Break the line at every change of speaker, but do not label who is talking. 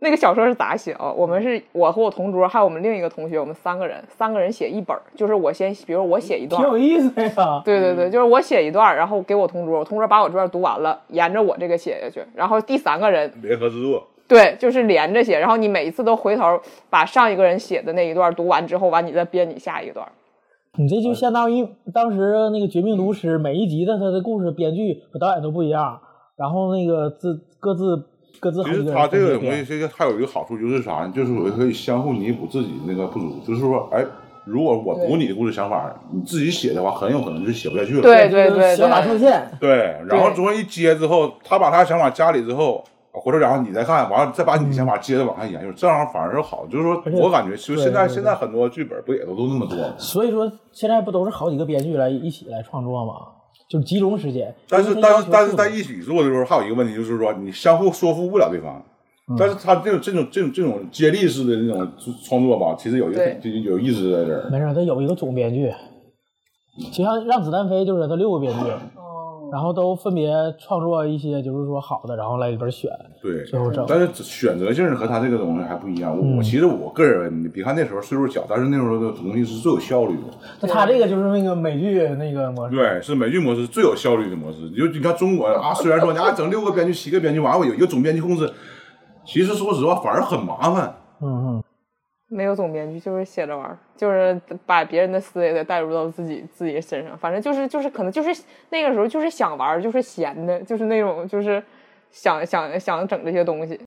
那个小说是咋写啊？我们
嗯
是我和我同桌，还有我们另一个同学，我们三个人，三个人写一本儿，就是我先，比如我写一段
挺，有意思嗯的呀。
对对对，就是我写一段，然后给我同桌，我同桌把我这段读完了，沿着我这个写下去，然后第三个人
联合制作，
对，就是连着写，然后你每一次都回头把上一个人写的那一段读完之后，完你再编你下一段。
你这就相当于当时那个《绝命毒师》每一集的他的故事编剧和导演都不一样，然后那个自各自各自
其
好几
实
个
它
人
这个
分别
东西，
编。
这个还有一个好处就是啥呢？就是我可以相互弥补自己那个不足，就是说，哎，如果我读
对
你的故事想法，你自己写的话，很有可能就写不下去了。
对对
就
对
是小马
对
上线，
对，然后
对
中间一接之后，他把他想法加里之后，回头然后你再看，完了再把你想法接着往下研究，这样反而是好。就是说
嗯而且
我感觉，其实现
对
在
对对
现在很多剧本不也都都那么做吗？
所以说现在不都是好几个编剧来一起来创作吗？就是集中时间。
但
因
是
为它
但
要
是
求
但是
速
在
度
一起做的时候，还有一个问题就是说，你相互说服不了对方。
嗯
但是他这种这种这种这种接力式的那种创作吧，其实有一个
对
很有意思在这儿。
没事儿，他有一个总编剧，就像《让子弹飞》就是他六个编剧，然后都分别创作一些就是说好的，然后来里边选，
对，
最后整。
但是选择性和他这个东西还不一样。我
嗯
我其实我个人，你别看那时候岁数小，但是那时候的东西是最有效率的。
那他这个就是那个美剧那个模式，
对，是美剧模式最有效率的模式。你就你看中国啊，虽然说你啊整六个编剧、七个编剧，完了我有一个总编辑控制，其实说实话反而很麻烦。
嗯嗯，
没有总编剧，就是写着玩儿，就是把别人的思维得带入到自己自己身上。反正就是就是可能就是那个时候就是想玩儿，就是闲的，就是那种就是想想想整这些东西。